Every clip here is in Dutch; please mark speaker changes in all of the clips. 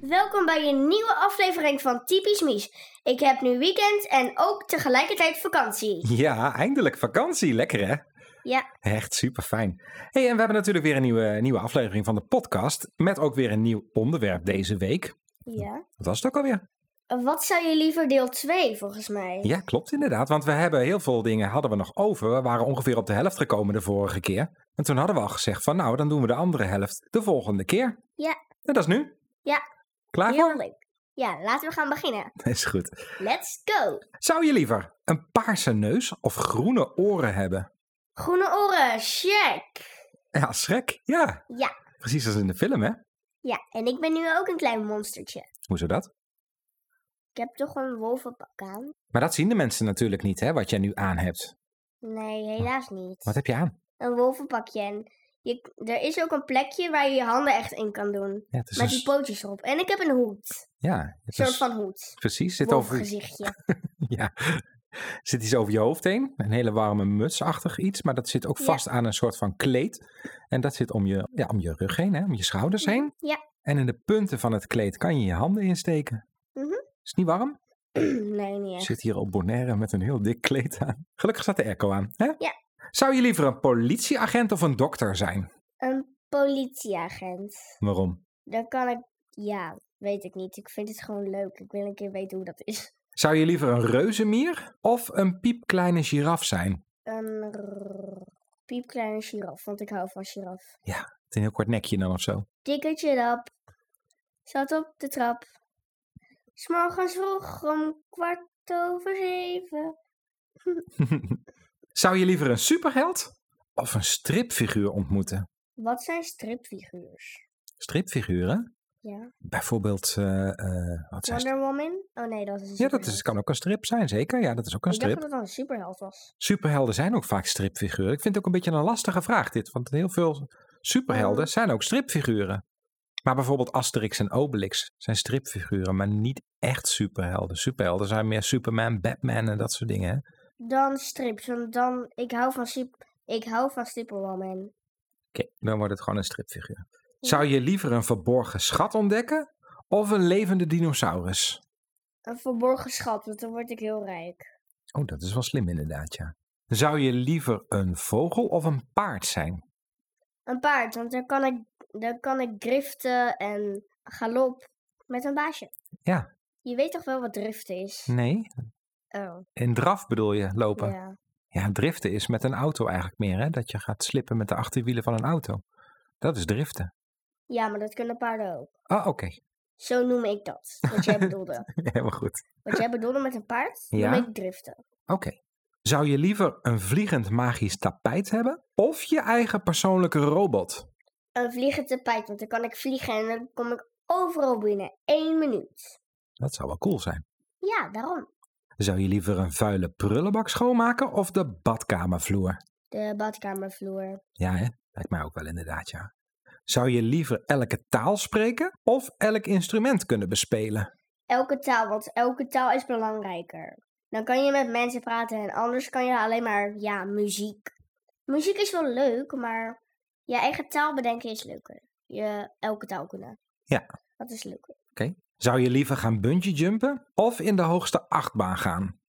Speaker 1: welkom bij een nieuwe aflevering van Typisch Mies. Ik heb nu weekend en ook tegelijkertijd vakantie.
Speaker 2: Ja, eindelijk vakantie. Lekker hè?
Speaker 1: Ja.
Speaker 2: Echt super fijn. hey, en we hebben natuurlijk weer een nieuwe, nieuwe aflevering van de podcast. Met ook weer een nieuw onderwerp deze week.
Speaker 1: Ja.
Speaker 2: Dat was het ook alweer.
Speaker 1: Wat zou je liever deel 2 volgens mij?
Speaker 2: Ja, klopt inderdaad. Want we hebben heel veel dingen hadden we nog over. We waren ongeveer op de helft gekomen de vorige keer. En toen hadden we al gezegd van nou, dan doen we de andere helft de volgende keer.
Speaker 1: Ja.
Speaker 2: En dat is nu.
Speaker 1: Ja.
Speaker 2: Klaar
Speaker 1: Heel
Speaker 2: voor?
Speaker 1: leuk. Ja, laten we gaan beginnen.
Speaker 2: Dat is goed.
Speaker 1: Let's go!
Speaker 2: Zou je liever een paarse neus of groene oren hebben?
Speaker 1: Groene oren, check!
Speaker 2: Ja, schrek. Ja.
Speaker 1: Ja.
Speaker 2: Precies als in de film hè?
Speaker 1: Ja, en ik ben nu ook een klein monstertje.
Speaker 2: Hoezo dat?
Speaker 1: Ik heb toch een wolvenpak aan?
Speaker 2: Maar dat zien de mensen natuurlijk niet, hè, wat jij nu aan hebt.
Speaker 1: Nee, helaas niet.
Speaker 2: Wat heb je aan?
Speaker 1: Een wolvenpakje en je, er is ook een plekje waar je je handen echt in kan doen.
Speaker 2: Ja, het is
Speaker 1: Met
Speaker 2: een
Speaker 1: die
Speaker 2: s-
Speaker 1: pootjes erop. En ik heb een hoed.
Speaker 2: ja,
Speaker 1: Een
Speaker 2: het
Speaker 1: soort
Speaker 2: is-
Speaker 1: van hoed.
Speaker 2: precies. Zit over,
Speaker 1: Wolfgezichtje.
Speaker 2: ja, zit iets over je hoofd heen. Een hele warme mutsachtig iets, maar dat zit ook
Speaker 1: Ja.
Speaker 2: vast aan een soort van kleed. En dat zit om je, ja, om je rug heen, hè, om je schouders
Speaker 1: Mhm.
Speaker 2: heen.
Speaker 1: Ja.
Speaker 2: En in de punten van het kleed kan je je handen insteken.
Speaker 1: Mhm.
Speaker 2: Is het niet warm?
Speaker 1: nee, niet
Speaker 2: Je
Speaker 1: echt.
Speaker 2: Zit hier op Bonaire met een heel dik kleed aan. Gelukkig staat de airco aan. Hè?
Speaker 1: Ja.
Speaker 2: Zou je liever een politieagent of een dokter zijn?
Speaker 1: Een politieagent.
Speaker 2: Waarom?
Speaker 1: Daar kan ik... Ja, weet ik niet. Ik vind het gewoon leuk. Ik wil een keer weten hoe dat is.
Speaker 2: Zou je liever een reuzenmier of een piepkleine giraf zijn?
Speaker 1: Een rrrr, piepkleine giraf, want ik hou van giraf.
Speaker 2: Met een heel kort nekje dan of zo.
Speaker 1: Dikkertje rap. Zat op de trap. S'morgens vroeg om kwart over zeven.
Speaker 2: Zou je liever een superheld of een stripfiguur ontmoeten?
Speaker 1: Wat zijn stripfiguurs?
Speaker 2: Stripfiguren?
Speaker 1: Ja.
Speaker 2: Bijvoorbeeld, eh, eh, wat zijn
Speaker 1: Wonder Woman? Oh nee, dat is een
Speaker 2: Ja, dat is,
Speaker 1: superheld.
Speaker 2: kan ook een strip zijn, zeker. Ja, dat is ook een
Speaker 1: Ik dacht dat
Speaker 2: strip.
Speaker 1: het wel een superheld was.
Speaker 2: Superhelden zijn ook vaak stripfiguren. Ik vind het ook een beetje een lastige vraag dit, want heel veel
Speaker 1: Mm.
Speaker 2: superhelden zijn ook stripfiguren. Maar bijvoorbeeld Asterix en Obelix zijn stripfiguren, maar niet echt superhelden. Superhelden zijn meer Superman, Batman en dat soort dingen. hè?
Speaker 1: Dan strips, want dan... Ik hou van, sup- ik hou van Superwoman.
Speaker 2: Oké, dan wordt het gewoon een stripfiguur.
Speaker 1: Ja.
Speaker 2: Zou je liever een verborgen schat ontdekken of een levende dinosaurus?
Speaker 1: Een verborgen schat, want dan word ik heel rijk.
Speaker 2: Oh, dat is wel slim inderdaad, ja. Zou je liever een vogel of een paard zijn?
Speaker 1: Een paard, want dan kan ik, dan kan ik driften en galop met een baasje.
Speaker 2: Ja.
Speaker 1: Je weet toch wel wat driften is?
Speaker 2: Nee,
Speaker 1: Oh,
Speaker 2: in draf bedoel je lopen. Ja.
Speaker 1: ja.
Speaker 2: driften is met een auto eigenlijk meer, hè? Dat je gaat slippen met de achterwielen van een auto. Dat is driften.
Speaker 1: Ja, maar dat kunnen paarden ook.
Speaker 2: Ah, oké.
Speaker 1: Zo noem ik dat, wat jij bedoelde.
Speaker 2: Helemaal goed.
Speaker 1: Wat jij bedoelde met een paard,
Speaker 2: Ja.
Speaker 1: noem ik driften.
Speaker 2: Oké. Zou je liever een vliegend magisch tapijt hebben of je eigen persoonlijke robot?
Speaker 1: Een vliegend tapijt, want dan kan ik vliegen en dan kom ik overal binnen. Eén minuut.
Speaker 2: Dat zou wel cool zijn.
Speaker 1: Ja, daarom.
Speaker 2: Zou je liever een vuile prullenbak schoonmaken of de badkamervloer?
Speaker 1: De badkamervloer.
Speaker 2: Ja, hè? lijkt mij ook wel inderdaad, ja. Zou je liever elke taal spreken of elk instrument kunnen bespelen?
Speaker 1: Elke taal, want elke taal is belangrijker. Dan kan je met mensen praten en anders kan je alleen maar, ja, muziek. Muziek is wel leuk, maar je eigen taal bedenken is leuker. Je elke taal kunnen.
Speaker 2: Ja.
Speaker 1: Dat is leuker.
Speaker 2: Zou je liever gaan bungee jumpen of in de hoogste achtbaan gaan?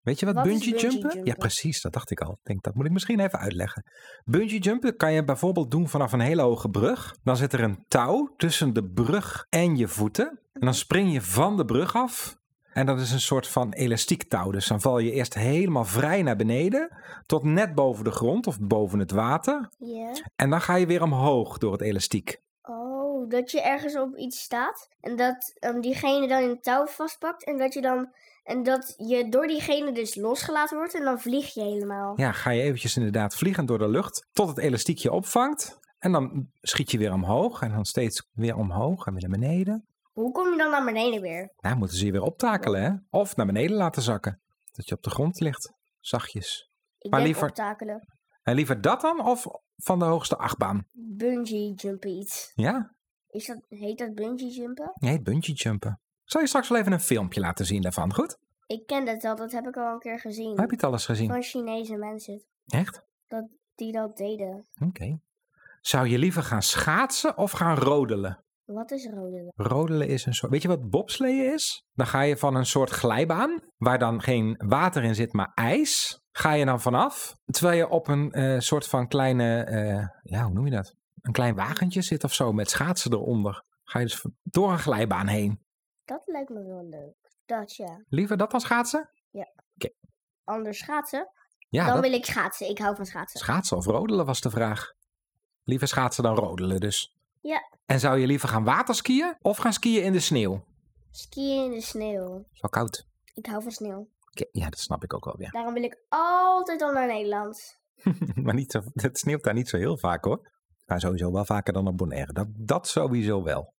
Speaker 2: Weet je wat,
Speaker 1: Wat is
Speaker 2: bungee,
Speaker 1: bungee
Speaker 2: jumpen? Ja,
Speaker 1: jumpen?
Speaker 2: precies, dat dacht ik al. Ik denk, dat moet ik misschien even uitleggen. Bungee jumpen kan je bijvoorbeeld doen vanaf een hele hoge brug. Dan zit er een touw tussen de brug en je voeten. En dan spring je van de brug af. En dat is een soort van elastiek touw. Dus dan val je eerst helemaal vrij naar beneden. Tot net boven de grond of boven het water.
Speaker 1: Ja.
Speaker 2: En dan ga je weer omhoog door het elastiek.
Speaker 1: Oh, dat je ergens op iets staat en dat ehm, diegene dan een touw vastpakt en dat je dan en dat je door diegene dus losgelaten wordt en dan vlieg je helemaal.
Speaker 2: Ja, ga je eventjes inderdaad vliegend door de lucht tot het elastiek je opvangt. En dan schiet je weer omhoog en dan steeds weer omhoog en weer naar beneden.
Speaker 1: Hoe kom je dan naar beneden weer?
Speaker 2: Nou, moeten ze je weer optakelen, hè? Of naar beneden laten zakken. Dat je op de grond ligt, zachtjes.
Speaker 1: Ik
Speaker 2: Maar
Speaker 1: denk
Speaker 2: liever-
Speaker 1: optakelen.
Speaker 2: En liever dat dan of van de hoogste achtbaan?
Speaker 1: Bungee jumpen iets.
Speaker 2: Ja,
Speaker 1: Is dat, heet dat bungee jumpen?
Speaker 2: nee, bungee jumpen. Ik zal je straks wel even een filmpje laten zien daarvan, goed?
Speaker 1: Ik ken dat wel, dat heb ik al een keer gezien.
Speaker 2: Heb je het al eens gezien?
Speaker 1: Van Chinese mensen
Speaker 2: Echt?
Speaker 1: die dat deden.
Speaker 2: Oké. Zou je liever gaan schaatsen of gaan rodelen?
Speaker 1: Wat is rodelen?
Speaker 2: Rodelen is een soort. Weet je wat bobsleeën is? Dan ga je van een soort glijbaan, waar dan geen water in zit, maar ijs, ga je dan vanaf. Terwijl je op een eh, soort van kleine, eh, ja, hoe noem je dat? Een klein wagentje zit of zo, met schaatsen eronder. Ga je dus v- door een glijbaan heen.
Speaker 1: Dat lijkt me wel leuk. Dat ja.
Speaker 2: Liever dat dan schaatsen?
Speaker 1: Anders schaatsen?
Speaker 2: Ja,
Speaker 1: dan
Speaker 2: dat-
Speaker 1: wil ik schaatsen. Ik hou van schaatsen.
Speaker 2: schaatsen of rodelen was de vraag. Liever schaatsen dan rodelen dus.
Speaker 1: Ja.
Speaker 2: En zou je liever gaan waterskiën of gaan skiën in de sneeuw?
Speaker 1: Skiën in de sneeuw.
Speaker 2: Is wel koud.
Speaker 1: Ik hou van sneeuw.
Speaker 2: Oké, Ja, dat snap ik ook wel weer.
Speaker 1: Daarom wil ik altijd al naar Nederland.
Speaker 2: maar niet zo, het sneeuwt daar niet zo heel vaak hoor. Maar sowieso wel vaker dan op Bonaire. Dat, dat sowieso wel.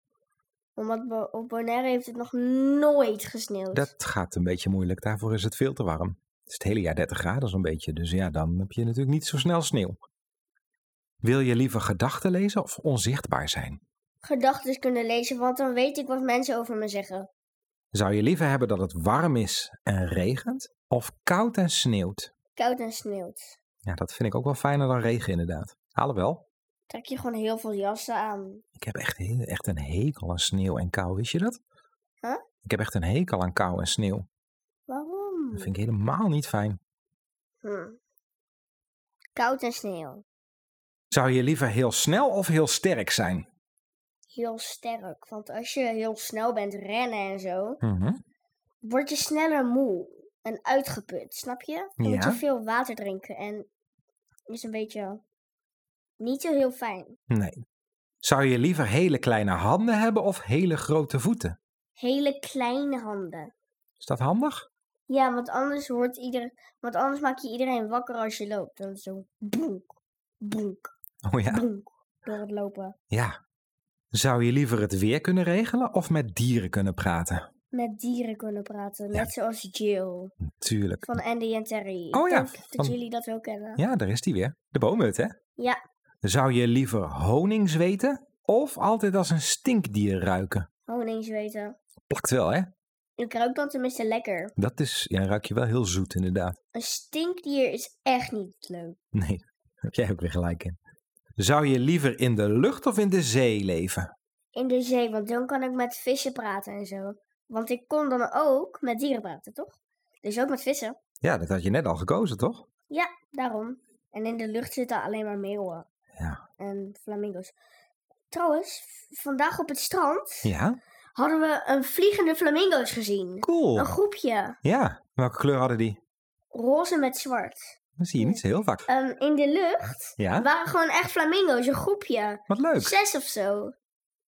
Speaker 1: Omdat Bo- op Bonaire heeft het nog nooit gesneeuwd.
Speaker 2: Dat gaat een beetje moeilijk. Daarvoor is het veel te warm. Het is het hele jaar 30 graden zo'n beetje. Dus ja, dan heb je natuurlijk niet zo snel sneeuw. Wil je liever gedachten lezen of onzichtbaar zijn?
Speaker 1: Gedachten kunnen lezen, want dan weet ik wat mensen over me zeggen.
Speaker 2: Zou je liever hebben dat het warm is en regent? Of koud en sneeuwt?
Speaker 1: Koud en sneeuwt.
Speaker 2: Ja, dat vind ik ook wel fijner dan regen inderdaad. Alhoewel,
Speaker 1: Trek je gewoon heel veel jassen aan.
Speaker 2: ik heb echt, heel- echt een hekel aan sneeuw en kou, wist je dat?
Speaker 1: Huh?
Speaker 2: Ik heb echt een hekel aan kou en sneeuw.
Speaker 1: Waarom?
Speaker 2: Dat vind ik helemaal niet fijn.
Speaker 1: Hm. Koud en sneeuw.
Speaker 2: Zou je liever heel snel of heel sterk zijn?
Speaker 1: Heel sterk. Want als je heel snel bent rennen en zo, word je sneller moe en uitgeput, snap je? Dan moet
Speaker 2: Ja.
Speaker 1: je veel water drinken en is een beetje niet zo heel fijn.
Speaker 2: Nee. Zou je liever hele kleine handen hebben of hele grote voeten?
Speaker 1: Hele kleine handen.
Speaker 2: Is dat handig?
Speaker 1: Ja, want anders wordt ieder, want anders maak je iedereen wakker als je loopt. Dan zo boenk, boenk,
Speaker 2: Oh ja.
Speaker 1: boenk door het lopen.
Speaker 2: Ja. Zou je liever het weer kunnen regelen of met dieren kunnen praten?
Speaker 1: Met dieren kunnen praten,
Speaker 2: Ja.
Speaker 1: net zoals Jill
Speaker 2: Natuurlijk.
Speaker 1: van Andy en Terry. Ik
Speaker 2: Oh ja,
Speaker 1: denk
Speaker 2: van-
Speaker 1: dat jullie dat wel kennen.
Speaker 2: Ja, daar is die weer. De boomhut, hè?
Speaker 1: Ja.
Speaker 2: Zou je liever honing zweten of altijd als een stinkdier ruiken?
Speaker 1: Honing zweten.
Speaker 2: Plakt wel, hè?
Speaker 1: Ik ruik dan tenminste lekker.
Speaker 2: Dat is, ja, ruik je wel heel zoet inderdaad.
Speaker 1: Een stinkdier is echt niet leuk.
Speaker 2: Nee, heb jij ook weer gelijk in. Zou je liever in de lucht of in de zee leven?
Speaker 1: In de zee, want dan kan ik met vissen praten en zo. Want ik kon dan ook met dieren praten, toch? Dus ook met vissen.
Speaker 2: Ja, dat had je net al gekozen, toch?
Speaker 1: Daarom. En in de lucht zitten alleen maar meeuwen.
Speaker 2: Ja.
Speaker 1: En flamingo's. Trouwens, v- vandaag op het strand
Speaker 2: Ja,
Speaker 1: hadden we een vliegende flamingo's gezien.
Speaker 2: cool.
Speaker 1: Een groepje.
Speaker 2: Ja, welke kleur hadden die?
Speaker 1: Roze met zwart.
Speaker 2: Dat zie je niet zo heel vaak.
Speaker 1: Ehm, in de lucht
Speaker 2: Ja,
Speaker 1: waren gewoon echt flamingo's. Een groepje.
Speaker 2: wat leuk.
Speaker 1: Zes of zo.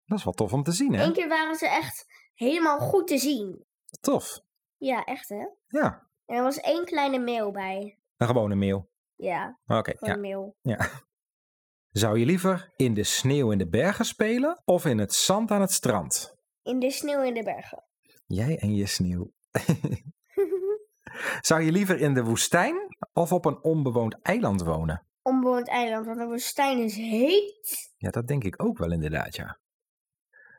Speaker 2: Dat is wel tof om te zien, hè?
Speaker 1: Eén keer waren ze echt helemaal goed te zien.
Speaker 2: Tof.
Speaker 1: Ja, echt hè?
Speaker 2: Ja,
Speaker 1: En er was één kleine meeuw bij.
Speaker 2: een gewone meeuw.
Speaker 1: Ja,
Speaker 2: Oké,
Speaker 1: gewoon
Speaker 2: ja.
Speaker 1: een meeuw.
Speaker 2: Zou je liever in de sneeuw in de bergen spelen of in het zand aan het strand?
Speaker 1: In de sneeuw in de bergen.
Speaker 2: Jij en je sneeuw. Zou je liever in de woestijn of op een onbewoond eiland wonen?
Speaker 1: Onbewoond eiland, want de woestijn is heet.
Speaker 2: Ja, dat denk ik ook wel inderdaad, ja.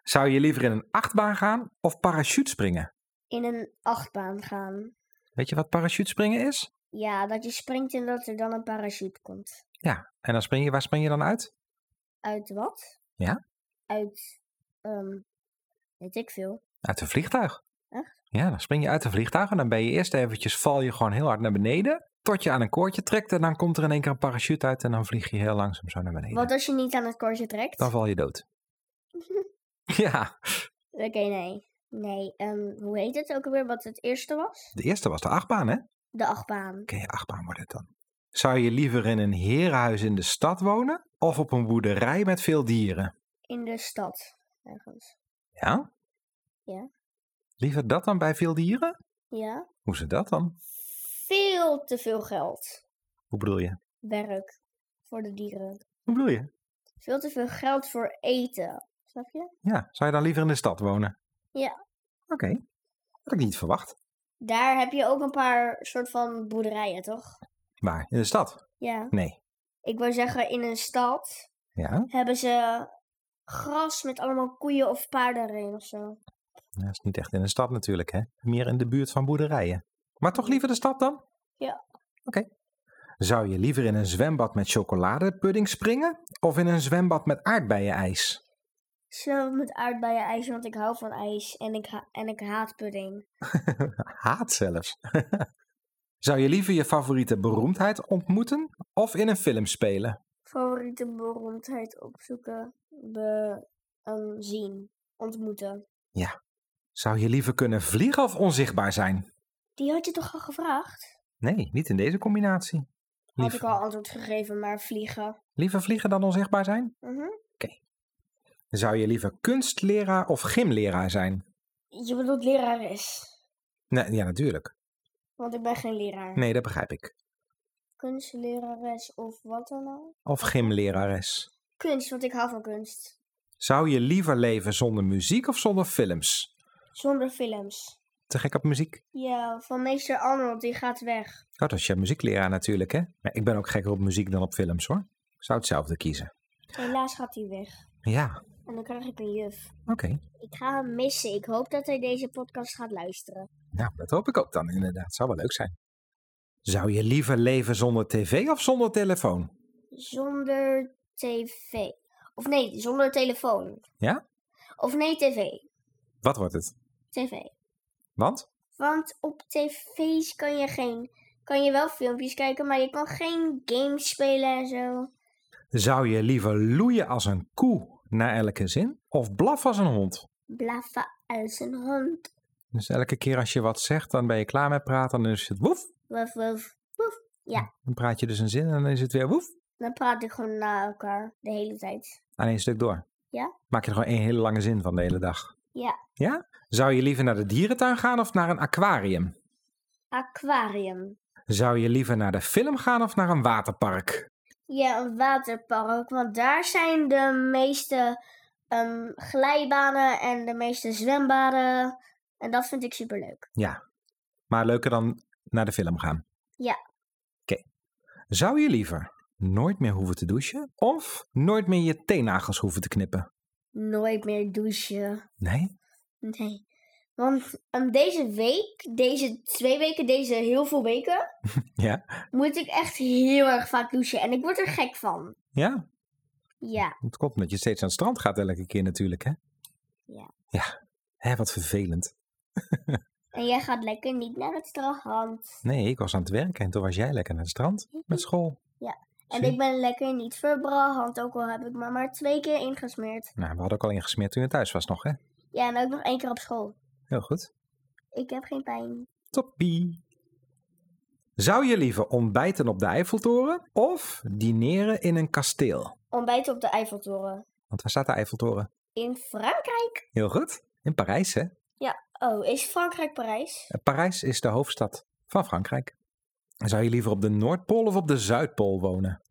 Speaker 2: Zou je liever in een achtbaan gaan of parachute springen?
Speaker 1: In een achtbaan gaan.
Speaker 2: Weet je wat parachute springen is?
Speaker 1: Ja, dat je springt en dat er dan een parachute komt.
Speaker 2: En dan spring je, waar spring je dan uit?
Speaker 1: Uit wat?
Speaker 2: Ja?
Speaker 1: Uit, ehm weet ik veel.
Speaker 2: Uit een vliegtuig.
Speaker 1: Echt?
Speaker 2: Ja, dan spring je uit een vliegtuig en dan ben je eerst eventjes, val je gewoon heel hard naar beneden. Tot je aan een koordje trekt en dan komt er in één keer een parachute uit en dan vlieg je heel langzaam zo naar beneden.
Speaker 1: Wat als je niet aan het koordje trekt?
Speaker 2: Dan val je dood. ja,
Speaker 1: Oké, nee. Nee, ehm, hoe heet het ook alweer wat het eerste was?
Speaker 2: de eerste was de achtbaan, hè?
Speaker 1: De achtbaan.
Speaker 2: Oké, achtbaan wordt het dan. Zou je liever in een herenhuis in de stad wonen of op een boerderij met veel dieren?
Speaker 1: In de stad, ergens.
Speaker 2: Ja?
Speaker 1: Ja.
Speaker 2: Liever dat dan bij veel dieren?
Speaker 1: Ja?
Speaker 2: Hoe ze dat dan?
Speaker 1: Veel te veel geld.
Speaker 2: Hoe bedoel je?
Speaker 1: Werk. Voor de dieren.
Speaker 2: Hoe bedoel je?
Speaker 1: Veel te veel geld voor eten. Snap je?
Speaker 2: Ja, zou je dan liever in de stad wonen?
Speaker 1: Ja.
Speaker 2: Oké, had ik niet verwacht.
Speaker 1: Daar heb je ook een paar soort van boerderijen, toch?
Speaker 2: Maar in de stad?
Speaker 1: Ja.
Speaker 2: Nee.
Speaker 1: Ik wou zeggen, in een stad
Speaker 2: Ja,
Speaker 1: hebben ze gras met allemaal koeien of paarden erin of zo.
Speaker 2: dat is niet echt in de stad natuurlijk, hè? Meer in de buurt van boerderijen. Maar toch liever de stad dan?
Speaker 1: Ja.
Speaker 2: Oké. Zou je liever in een zwembad met chocoladepudding springen of in een zwembad met aardbeienijs?
Speaker 1: Snow met aardbeien ijs, want ik hou van ijs en ik, ha- en ik haat pudding.
Speaker 2: Haat zelfs. Zou je liever je favoriete beroemdheid ontmoeten of in een film spelen?
Speaker 1: Favoriete beroemdheid opzoeken, be, ehm, zien, ontmoeten.
Speaker 2: Zou je liever kunnen vliegen of onzichtbaar zijn?
Speaker 1: Die had je toch al gevraagd?
Speaker 2: Nee, niet in deze combinatie.
Speaker 1: Had ik
Speaker 2: Liever,
Speaker 1: al antwoord gegeven, maar vliegen.
Speaker 2: liever vliegen dan onzichtbaar zijn?
Speaker 1: Mhm.
Speaker 2: Zou je liever kunstleraar of gymleraar zijn?
Speaker 1: Je bedoelt lerares,
Speaker 2: Nee, ja, natuurlijk.
Speaker 1: want ik ben geen leraar.
Speaker 2: Nee, dat begrijp ik.
Speaker 1: Kunstlerares of wat dan ook?
Speaker 2: Of gymlerares.
Speaker 1: Kunst, want ik hou van kunst.
Speaker 2: Zou je liever leven zonder muziek of zonder films?
Speaker 1: Zonder films.
Speaker 2: Te gek op muziek?
Speaker 1: Ja, van meester Arnold, die gaat weg.
Speaker 2: Oh, dat is je muziekleraar natuurlijk, hè? Maar ik ben ook gekker op muziek dan op films, hoor. Ik zou hetzelfde kiezen.
Speaker 1: Helaas gaat hij weg.
Speaker 2: Ja,
Speaker 1: En dan krijg ik een juf.
Speaker 2: oké.
Speaker 1: Ik ga hem missen. Ik hoop dat hij deze podcast gaat luisteren.
Speaker 2: Nou, dat hoop ik ook dan inderdaad. Zou wel leuk zijn. Zou je liever leven zonder tv of zonder telefoon?
Speaker 1: Zonder tv. Of nee, zonder telefoon.
Speaker 2: Ja?
Speaker 1: Of nee, tv.
Speaker 2: Wat wordt het?
Speaker 1: TV.
Speaker 2: Want?
Speaker 1: Want op tv's kan je geen... Kan je wel filmpjes kijken, maar je kan geen games spelen en zo.
Speaker 2: Zou je liever loeien als een koe na elke zin? Of blaffen als een hond?
Speaker 1: Blaffen als een hond.
Speaker 2: Dus elke keer als je wat zegt, dan ben je klaar met praten. Dan is het woef.
Speaker 1: Wuf, wuf.
Speaker 2: Dan praat je dus een zin en dan is het weer woef.
Speaker 1: Dan praat ik gewoon na elkaar de hele tijd.
Speaker 2: Aan één stuk door.
Speaker 1: Ja.
Speaker 2: Maak je er gewoon één hele lange zin van de hele dag.
Speaker 1: Ja.
Speaker 2: Ja? Zou je liever naar de dierentuin gaan of naar een aquarium?
Speaker 1: Aquarium.
Speaker 2: Zou je liever naar de film gaan of naar een waterpark?
Speaker 1: Ja, een waterpark. Want daar zijn de meeste ehm, glijbanen en de meeste zwembaden. En dat vind ik superleuk.
Speaker 2: Maar leuker dan naar de film gaan.
Speaker 1: Ja.
Speaker 2: Oké. Zou je liever nooit meer hoeven te douchen of nooit meer je teennagels hoeven te knippen?
Speaker 1: Nooit meer douchen.
Speaker 2: Nee?
Speaker 1: Nee. Want ehm, deze week, deze twee weken, deze heel veel weken,
Speaker 2: Ja.
Speaker 1: moet ik echt heel erg vaak douchen. En ik word er gek van.
Speaker 2: Ja?
Speaker 1: Ja.
Speaker 2: Het komt omdat je steeds aan het strand gaat elke keer natuurlijk, hè?
Speaker 1: Ja.
Speaker 2: Ja. Hé, wat vervelend.
Speaker 1: En jij gaat lekker niet naar het strand.
Speaker 2: Nee, ik was aan het werken en toen was jij lekker naar het strand met
Speaker 1: Hm.
Speaker 2: school.
Speaker 1: En
Speaker 2: Zie.
Speaker 1: ik ben lekker niet verbrand, ook al heb ik me maar twee keer ingesmeerd.
Speaker 2: Nou, we hadden ook al ingesmeerd toen je thuis was nog, hè?
Speaker 1: Ja, en ook nog één keer op school.
Speaker 2: Heel goed.
Speaker 1: Ik heb geen pijn.
Speaker 2: Toppie. Zou je liever ontbijten op de Eiffeltoren of dineren in een kasteel?
Speaker 1: Ontbijt op de Eiffeltoren.
Speaker 2: Want waar staat de Eiffeltoren?
Speaker 1: In Frankrijk?
Speaker 2: Heel goed. In Parijs, hè?
Speaker 1: Oh, is Frankrijk Parijs?
Speaker 2: Eh, Parijs is de hoofdstad van Frankrijk. Zou je liever op de Noordpool of op de Zuidpool wonen?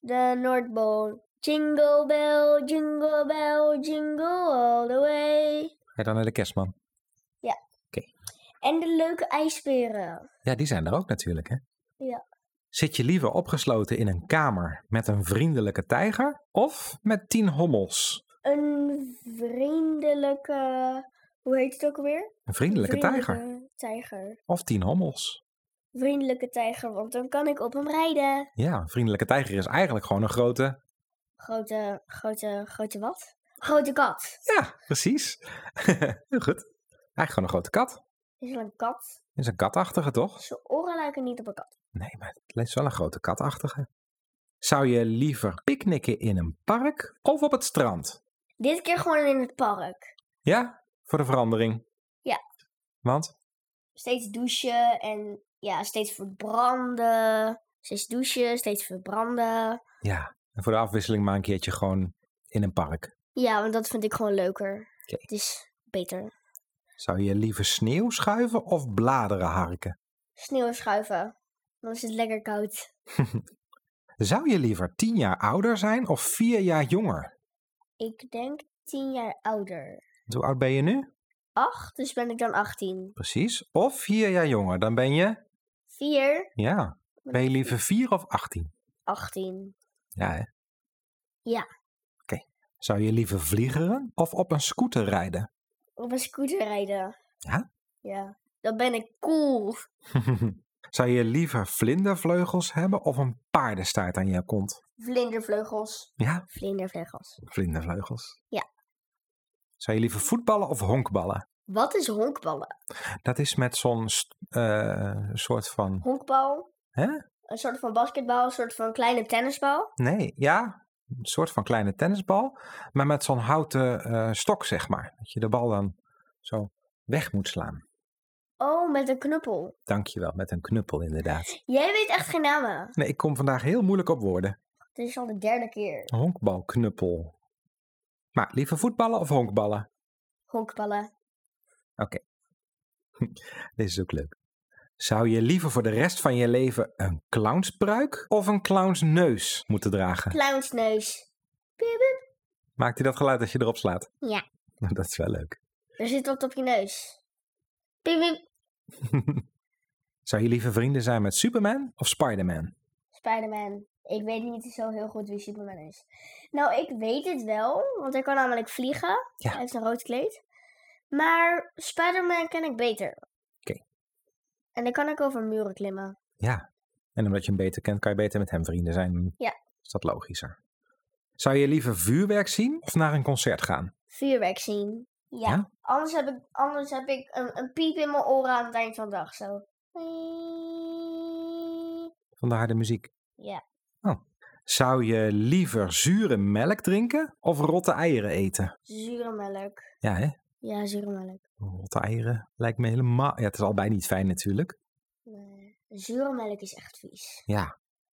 Speaker 1: De Noordpool. Jingle bell, jingle bell, jingle all the way.
Speaker 2: Ga je dan naar de kerstman?
Speaker 1: En de leuke ijsberen.
Speaker 2: Ja, die zijn er ook natuurlijk, hè?
Speaker 1: Ja.
Speaker 2: Zit je liever opgesloten in een kamer met een vriendelijke tijger of met tien hommels?
Speaker 1: Een vriendelijke... Hoe heet het ook alweer?
Speaker 2: Een vriendelijke, tijger
Speaker 1: Vriendelijke tijger.
Speaker 2: of tien hommels?
Speaker 1: Vriendelijke tijger, want dan kan ik op hem rijden.
Speaker 2: Ja, een vriendelijke tijger is eigenlijk gewoon een grote.
Speaker 1: Grote, grote, grote wat? Grote kat.
Speaker 2: Ja, precies. Heel goed. Eigenlijk gewoon een grote kat.
Speaker 1: Is wel een kat.
Speaker 2: Het is een katachtige, toch?
Speaker 1: Zijn oren lijken niet op een kat.
Speaker 2: Nee, maar het is wel een grote katachtige. Zou je liever picknicken in een park of op het strand?
Speaker 1: Dit keer gewoon in het park.
Speaker 2: Ja, voor de verandering.
Speaker 1: Ja.
Speaker 2: Want?
Speaker 1: Steeds douchen en ja, steeds verbranden. Steeds douchen, steeds verbranden.
Speaker 2: Ja, en voor de afwisseling maar een keertje gewoon in een park.
Speaker 1: Ja, want dat vind ik gewoon leuker.
Speaker 2: Oké.
Speaker 1: Het is beter.
Speaker 2: Zou je liever sneeuw schuiven of bladeren harken?
Speaker 1: Sneeuw schuiven. Dan is het lekker koud.
Speaker 2: Zou je liever tien jaar ouder zijn of vier jaar jonger?
Speaker 1: Ik denk tien jaar ouder.
Speaker 2: Want Hoe oud ben je nu?
Speaker 1: Acht, dus ben ik dan 18.
Speaker 2: Precies. Of vier jaar jonger, dan ben je...
Speaker 1: Vier.
Speaker 2: Ja,
Speaker 1: ben
Speaker 2: ben je
Speaker 1: ik
Speaker 2: liever vier of achttien?
Speaker 1: 18.
Speaker 2: Ja, hè?
Speaker 1: Ja.
Speaker 2: Oké. Zou je liever vliegeren of op een scooter rijden?
Speaker 1: Op een scooter rijden.
Speaker 2: Ja?
Speaker 1: Ja. Dan ben ik cool.
Speaker 2: Zou je liever vlindervleugels hebben of een paardenstaart aan je kont?
Speaker 1: Vlindervleugels.
Speaker 2: Ja,
Speaker 1: Vlindervleugels.
Speaker 2: vlindervleugels.
Speaker 1: Ja.
Speaker 2: Zou je liever voetballen of honkballen?
Speaker 1: Wat is honkballen?
Speaker 2: Dat is met zo'n st- eh, soort van.
Speaker 1: Honkbal?
Speaker 2: Hè?
Speaker 1: Een soort van basketbal, een soort van kleine tennisbal.
Speaker 2: Nee, ja. Een soort van kleine tennisbal. Maar met zo'n houten eh, stok, zeg maar. Dat je de bal dan zo weg moet slaan.
Speaker 1: Oh, met een knuppel.
Speaker 2: Dankjewel, met een knuppel inderdaad.
Speaker 1: Jij weet echt geen namen.
Speaker 2: Nee, ik kom vandaag heel moeilijk op woorden.
Speaker 1: Dit is al de derde keer.
Speaker 2: Honkbalknuppel. Maar liever voetballen of honkballen?
Speaker 1: Honkballen.
Speaker 2: Dit is ook leuk. Zou je liever voor de rest van je leven een clownspruik of een clownsneus moeten dragen?
Speaker 1: Clownsneus. Piep, piep.
Speaker 2: Maakt hij dat geluid als je erop slaat? Nou,
Speaker 1: Ja.
Speaker 2: Dat is wel leuk.
Speaker 1: Er zit wat op je neus. Piep, piep.
Speaker 2: Zou je liever vrienden zijn met Superman of Spider-Man?
Speaker 1: Spider-Man. Ik weet niet zo heel goed wie Superman is. Nou, ik weet het wel, want hij kan namelijk vliegen.
Speaker 2: Ja.
Speaker 1: Hij heeft een rood kleed. Maar Spider-Man ken ik beter.
Speaker 2: Oké.
Speaker 1: En dan kan ik over muren klimmen.
Speaker 2: En omdat je hem beter kent, kan je beter met hem vrienden zijn.
Speaker 1: Ja.
Speaker 2: Is dat logischer? Zou je liever vuurwerk zien of naar een concert gaan?
Speaker 1: Vuurwerk zien. Ja.
Speaker 2: Ja?
Speaker 1: Anders heb ik, anders heb ik een, een piep in mijn oren aan het eind van de dag. Zo.
Speaker 2: Van de harde muziek.
Speaker 1: Ja.
Speaker 2: Oh. Zou je liever zure melk drinken of rotte eieren eten?
Speaker 1: Zure melk.
Speaker 2: Ja, hè?
Speaker 1: Ja, zure melk.
Speaker 2: Rotte eieren lijkt me helemaal... Ja, het is allebei niet fijn natuurlijk.
Speaker 1: Nee. Zure melk is echt vies.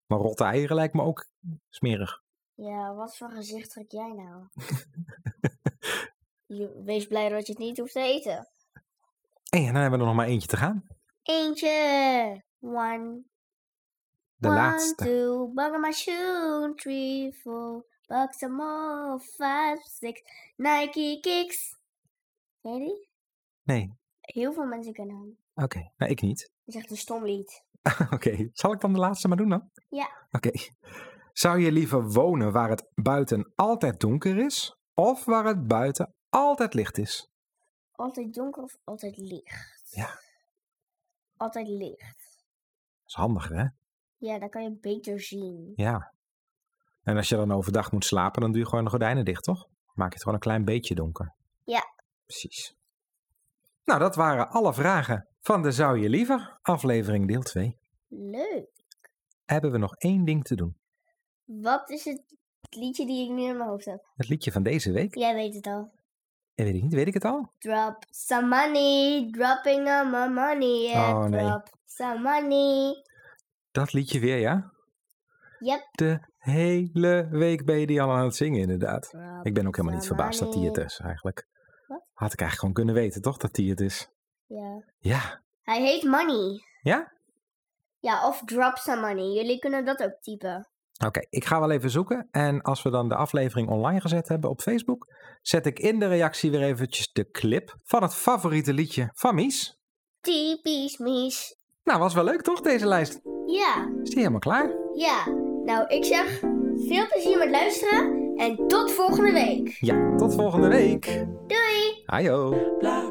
Speaker 2: Maar rotte eieren lijkt me ook smerig.
Speaker 1: Ja, wat voor gezicht trek jij nou? Je- Wees blij dat je het niet hoeft te eten.
Speaker 2: Hé, en dan hebben we er nog maar eentje te gaan.
Speaker 1: Eentje. One,
Speaker 2: De
Speaker 1: one,
Speaker 2: laatste.
Speaker 1: two, bang my shoe, three, four, buck some more, five, six, Nike kicks. Ken je die?
Speaker 2: Nee,
Speaker 1: Heel veel mensen kennen hem.
Speaker 2: oké. Nou, ik niet.
Speaker 1: Het is echt een stom lied.
Speaker 2: Oké, zal ik dan de laatste maar doen dan?
Speaker 1: Ja.
Speaker 2: Oké. Zou je liever wonen waar het buiten altijd donker is... of waar het buiten altijd licht is?
Speaker 1: Altijd donker of altijd licht?
Speaker 2: Ja.
Speaker 1: Altijd licht.
Speaker 2: Dat is handiger, hè?
Speaker 1: Ja, dan kan je beter zien.
Speaker 2: Ja. En als je dan overdag moet slapen, dan doe je gewoon de gordijnen dicht, toch? Maak je het gewoon een klein beetje donker.
Speaker 1: Ja.
Speaker 2: Precies. Nou, dat waren alle vragen van de Zou je liever aflevering deel 2.
Speaker 1: Leuk.
Speaker 2: Hebben we nog één ding te doen.
Speaker 1: Wat is het liedje die ik nu in mijn hoofd heb?
Speaker 2: Het liedje van deze week.
Speaker 1: Jij weet het al.
Speaker 2: Eh, Weet ik niet, weet ik het al?
Speaker 1: Drop some money, dropping on my money. Yeah.
Speaker 2: Oh, nee.
Speaker 1: Drop some money.
Speaker 2: Dat liedje weer, ja?
Speaker 1: Yep.
Speaker 2: De hele week ben je die al aan het zingen, inderdaad.
Speaker 1: Drop
Speaker 2: Ik ben ook helemaal niet
Speaker 1: some
Speaker 2: verbaasd dat die het
Speaker 1: money.
Speaker 2: is, eigenlijk.
Speaker 1: Wat?
Speaker 2: Had ik eigenlijk gewoon kunnen weten, toch, dat die het is?
Speaker 1: Ja.
Speaker 2: Ja.
Speaker 1: Hij heet Money.
Speaker 2: eh, Ja?
Speaker 1: Ja, of drop some money. Jullie kunnen dat ook typen.
Speaker 2: Oké, ik ga wel even zoeken. En als we dan de aflevering online gezet hebben op Facebook, zet ik in de reactie weer eventjes de clip van het favoriete liedje van Mies.
Speaker 1: Typisch Mies.
Speaker 2: Nou, was wel leuk, toch, deze lijst?
Speaker 1: Ja,
Speaker 2: Is die helemaal klaar?
Speaker 1: ja. Nou, ik zeg veel plezier met luisteren en tot volgende week.
Speaker 2: Ja, tot volgende week.
Speaker 1: Doei!
Speaker 2: Ajo.
Speaker 3: Blah